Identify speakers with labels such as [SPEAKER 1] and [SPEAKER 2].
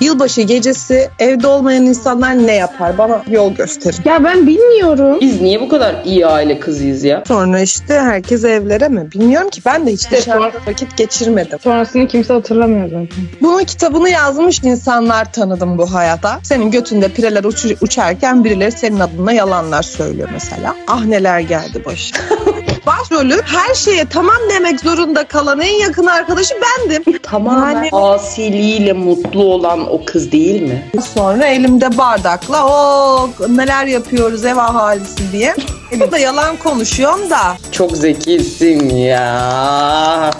[SPEAKER 1] Yılbaşı gecesi evde olmayan insanlar ne yapar? Bana yol gösterin.
[SPEAKER 2] Ya ben bilmiyorum.
[SPEAKER 3] Biz niye bu kadar iyi aile kızıyız ya?
[SPEAKER 1] Sonra işte herkes evlere mi? Bilmiyorum ki ben de hiç
[SPEAKER 2] Evet,
[SPEAKER 1] dışarıda vakit geçirmedim.
[SPEAKER 2] Sonrasını kimse hatırlamıyor zaten.
[SPEAKER 1] Bunun kitabını yazmış insanlar tanıdım bu hayata. Senin götünde pireler uçu- uçarken birileri senin adına yalanlar söylüyor mesela. Ah neler geldi başıma. Başrolü her şeye tamam demek zorunda kalan en yakın arkadaşı bendim.
[SPEAKER 3] Tamamen
[SPEAKER 1] Yani-
[SPEAKER 3] asiliyle mutlu olan o kız değil mi?
[SPEAKER 1] Sonra elimde bardakla o neler yapıyoruz ev ahalisi diye. E, bu da yalan konuşuyorum da.
[SPEAKER 3] Çok zekisin ya.